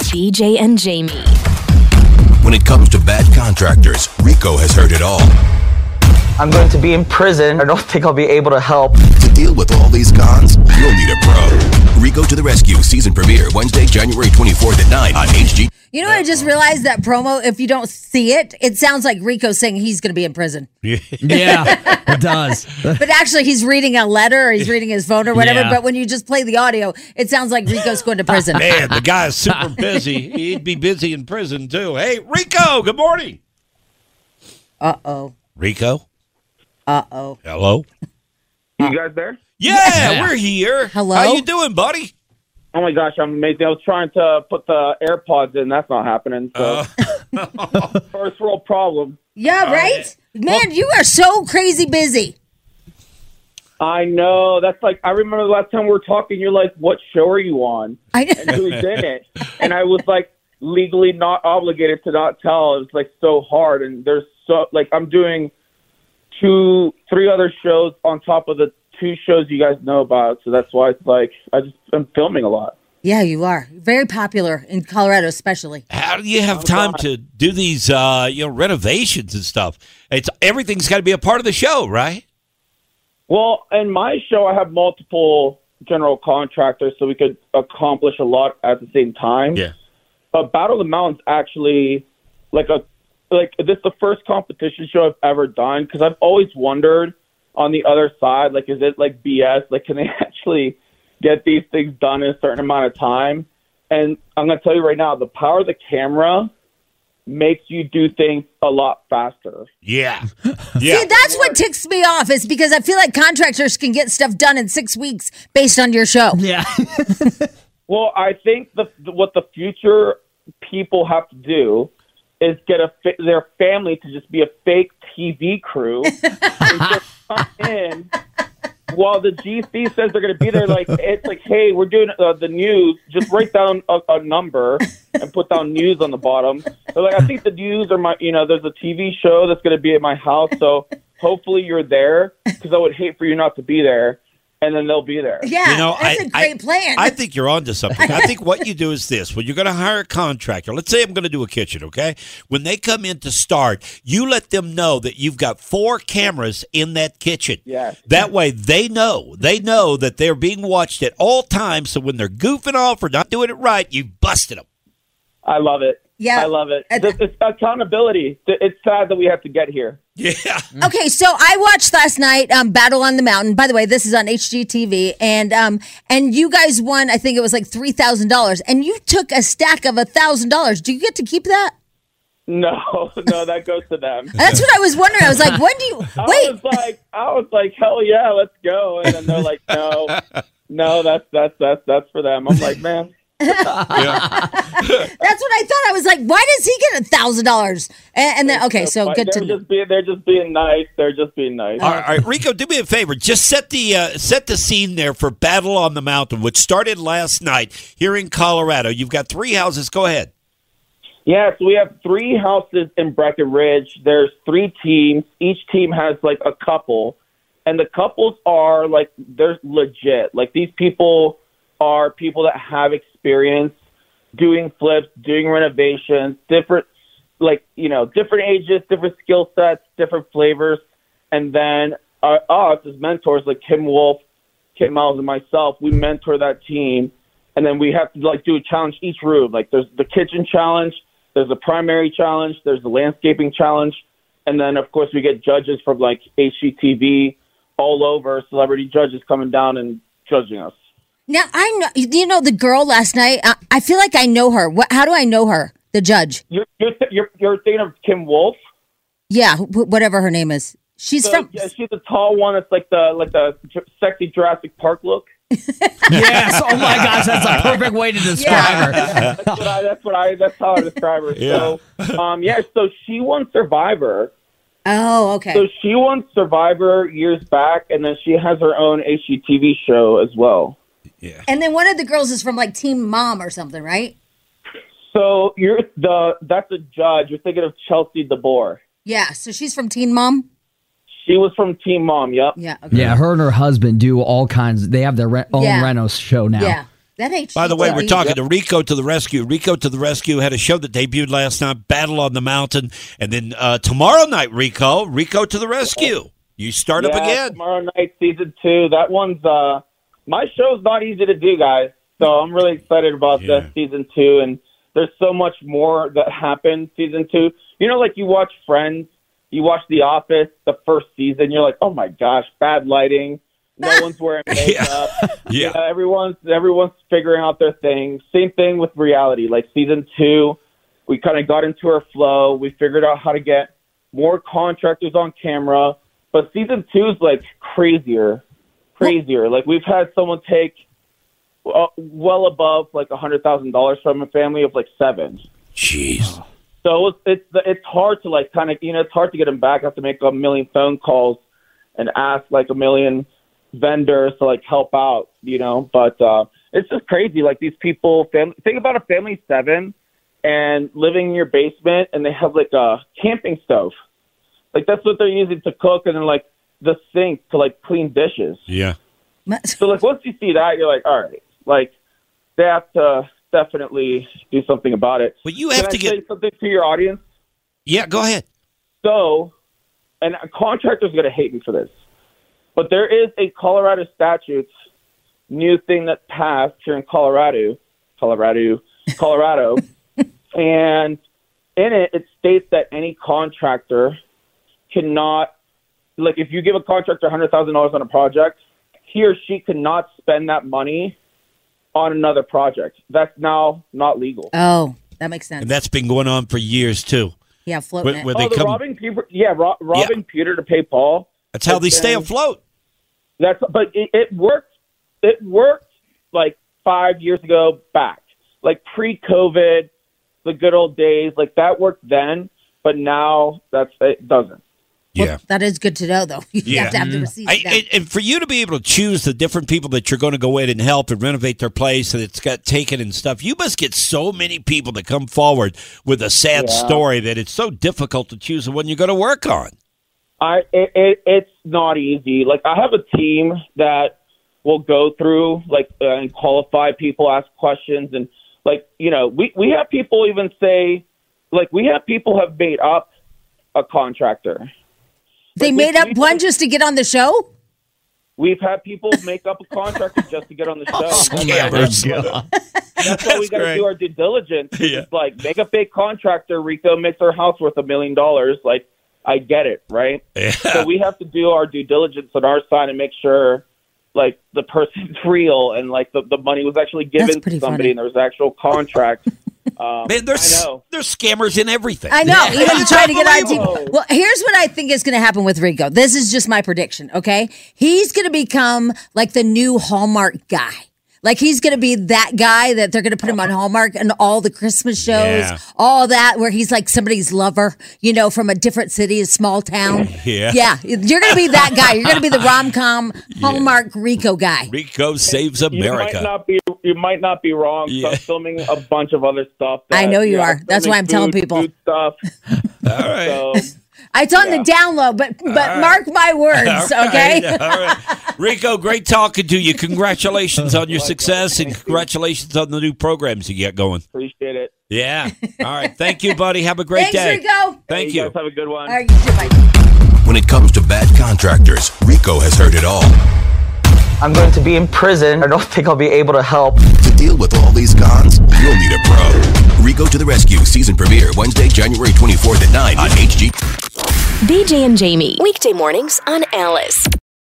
BJ and Jamie. When it comes to bad contractors, Rico has heard it all. I'm going to be in prison. I don't think I'll be able to help. To deal with all these cons, you'll need a pro. Rico to the Rescue season premiere Wednesday, January 24th at 9 on HG. You know, I just realized that promo, if you don't see it, it sounds like Rico saying he's going to be in prison. Yeah, it does. But actually, he's reading a letter or he's reading his phone or whatever. Yeah. But when you just play the audio, it sounds like Rico's going to prison. Man, the guy's super busy. He'd be busy in prison too. Hey, Rico, good morning. Uh oh. Rico, Uh oh. hello. You guys there? Yeah, we're here. Hello? How you doing, buddy? Oh my gosh, I'm amazing. I was trying to put the AirPods in. That's not happening. So, first world problem. Yeah, right? Man, you are so crazy busy. I know. That's like I remember the last time we were talking. You're like, "What show are you on? I And who's in it?" And I was like, legally not obligated to not tell. It was like so hard. And there's so like I'm doing two, three other shows on top of the two shows you guys know about. So that's why it's like I just I'm filming a lot. Yeah, you are. Very popular in Colorado, especially. How do you have time to do these, uh, you know, renovations and stuff? It's everything's got to be a part of the show, right? Well, in my show, I have multiple general contractors, so we could accomplish a lot at the same time. But Battle of the Mountains actually, like a, like this is the first competition show I've ever done because I've always wondered on the other side, like, is it like BS? Like, can they actually get these things done in a certain amount of time? And I'm gonna tell you right now, the power of the camera makes you do things a lot faster. Yeah, yeah. See, that's what ticks me off is because I feel like contractors can get stuff done in six weeks based on your show. Yeah. Well, I think the, what the future people have to do is get a fa- their family to just be a fake TV crew and just come in while the GC says they're going to be there. Like it's like, hey, we're doing uh, the news. Just write down a, a number and put down news on the bottom. They're like, I think the news are my. You know, there's a TV show that's going to be at my house, so hopefully you're there because I would hate for you not to be there. And then they'll be there. Yeah, You know, that's I- a great I- plan. I think you're onto something. I think what you do is this: when you're going to hire a contractor, let's say I'm going to do a kitchen, okay? When they come in to start, you let them know that you've got four cameras in that kitchen. Yes. That way, they know they know that they're being watched at all times. So when they're goofing off or not doing it right, you busted them. I love it. Yeah. I love it. And- This it's accountability. Th- It's sad that we have to get here. Yeah. Okay, so I watched last night um, Battle on the Mountain. By the way, this is on HGTV, and um, and you guys won. I think it was like three thousand dollars, and you took a stack of thousand dollars. Do you get to keep that? No, no, that goes to them. That's what I was wondering. I was like, when do you I wait? was like, I was like, hell yeah, let's go. And then they're like, no, no, that's that's that's that's for them. I'm like, man, That's what I thought. I was like, why does he get a thousand dollars? And and then okay, so Like, good they're to just being they're just being nice. They're just being nice. All right, all right, Rico, do me a favor. Just set the uh, set the scene there for Battle on the Mountain, which started last night here in Colorado. You've got three houses. Go ahead. Yeah, so we have three houses in Breckenridge. There's three teams. Each team has like a couple, and the couples are like they're legit. Like these people are people that have experience doing flips, doing renovations, different like you know different ages, different skill sets, different flavors, and then uh, us as mentors like Kim Wolf, Kit Miles, and myself, we mentor that team and then we have to like do a challenge each room. Like there's the kitchen challenge, there's the primary challenge, there's the landscaping challenge, and then of course we get judges from like HGTV all over, celebrity judges coming down and judging us. now. I know you know the girl last night. I, I feel like I know her. What? How do I know her? The judge. You're you're th- you're, you're thinking of Kim Wolf. Yeah, wh- whatever her name is. She's So, from. yeah, she's the tall one. That's like the like the dr- sexy Jurassic Park look. yes. Oh my gosh, that's a perfect way to describe her. That's what I. That's what I. That's how I describe her. So, um, yeah. So she won Survivor. Oh, okay. So she won Survivor years back, and then she has her own HGTV show as well. And then one of the girls is from like Team Mom or something, right? So you're the that's a judge. You're thinking of Chelsea DeBoer. Yeah. So she's from Teen Mom. She was from Team Mom. Yep. Yeah. Okay. Yeah, her and her husband do all kinds. They have their re- own Yeah. reno show now. Yeah. That ain't. By the way, we're talking to Rico to the Rescue. Rico to the Rescue had a show that debuted last night, Battle on the Mountain. And then uh, tomorrow night, Rico, Rico to the Rescue. You start up Yeah, again. Tomorrow night, season two. That one's uh, my show's not easy to do, guys. So I'm really excited about Yeah. that season two, and there's so much more that happened season two. You know, like you watch Friends, you watch The Office, the first season, you're like, oh my gosh, bad lighting, no one's wearing makeup, Yeah. Yeah, everyone's everyone's figuring out their thing. Same thing with reality. Like season two, we kind of got into our flow. We figured out how to get more contractors on camera. But season two is like crazier, crazier. Like we've had someone take uh, well above like a hundred thousand dollars from a family of like seven. Jeez. So it's it's it's hard to like kind of you know it's hard to get them back. I have to make a million phone calls and ask like a million vendors to like help out, you know. But uh, it's just crazy. Like these people, fam- think about a family of seven and living in your basement, and they have like a camping stove. Like that's what they're using to cook, and then like the sink to like clean dishes. Yeah. So like once you see that, you're like, all right, like they have to definitely do something about it. But you Can have I to get. say something to your audience? Yeah, go ahead. So, and a contractor's going to hate me for this, but there is a Colorado statute, new thing that passed here in Colorado, Colorado, Colorado, and in it, it states that any contractor cannot, like, if you give a contractor $100,000 on a project, he or she cannot spend that money on another project. That's now not legal. Oh, that makes sense. And that's been going on for years, too. yeah, floating. Where, it. where Oh, they the come, robbing Peter, yeah, ro- robbing Peter to pay Paul. that's how they stay Okay. afloat. That's but it, it worked. It worked like five years ago back, like pre-COVID, the good old days. Like that worked then, but now that's it doesn't. Well, that is good to know, though. You Yeah. Mm-hmm. have to have the receipts. I, now. and, and for you to be able to choose the different people that you're going to go in and help and renovate their place and it's got taken and stuff, you must get so many people that come forward with a sad story that it's so difficult to choose the one you're going to work on. I it, it it's not easy. Like I have a team that will go through like uh, and qualify people, ask questions, and like you know we we have people even say like we have people have made up a contractor. they made up one just to get on the show. We've had people make up a contractor just to get on the show. Scammers. That's why we got to great. do our due diligence. Yeah. It's like make a big contractor, Rico makes our house worth a million dollars. Like I get it, right? So we have to do our due diligence on our side and make sure like the person's real and like the, the money was actually That's given to pretty somebody funny. and there was actual contract. um, Man, there's, I know. there's scammers in everything. I know. Even trying to get on unbelievable. TV. Well, here's what I think is going to happen with Rico. This is just my prediction. Okay, he's going to become like the new Hallmark guy. Like he's going to be that guy that they're going to put him on Hallmark and all the Christmas shows, Yeah. all that, where he's like somebody's lover, you know, from a different city, a small town. Yeah. yeah. You're going to be that guy. You're going to be the rom com Hallmark Rico guy. Rico saves You America. might not be you might not be wrong. 'cause Yeah. I'm filming a bunch of other stuff. That, I know you yeah, are. That's why I'm filming telling food- people. food stuff. All right. So It's on the down low, but but mark my words, All okay? right, all right. Rico, great talking to you. Congratulations Oh on your success and congratulations on the new programs you got going. appreciate it. Yeah. All right. Thank you, buddy. Have a great Thanks, day. Rico. Thank you you. guys have a good one. All right, you too, bye. When it comes to bad contractors, Rico has heard it all. I'm going to be in prison. I don't think I'll be able to help. To deal with all these cons, you'll need a pro. Rico to the Rescue season premiere Wednesday, January 24th at 9 on HG. BJ and Jamie. Weekday mornings on Alice.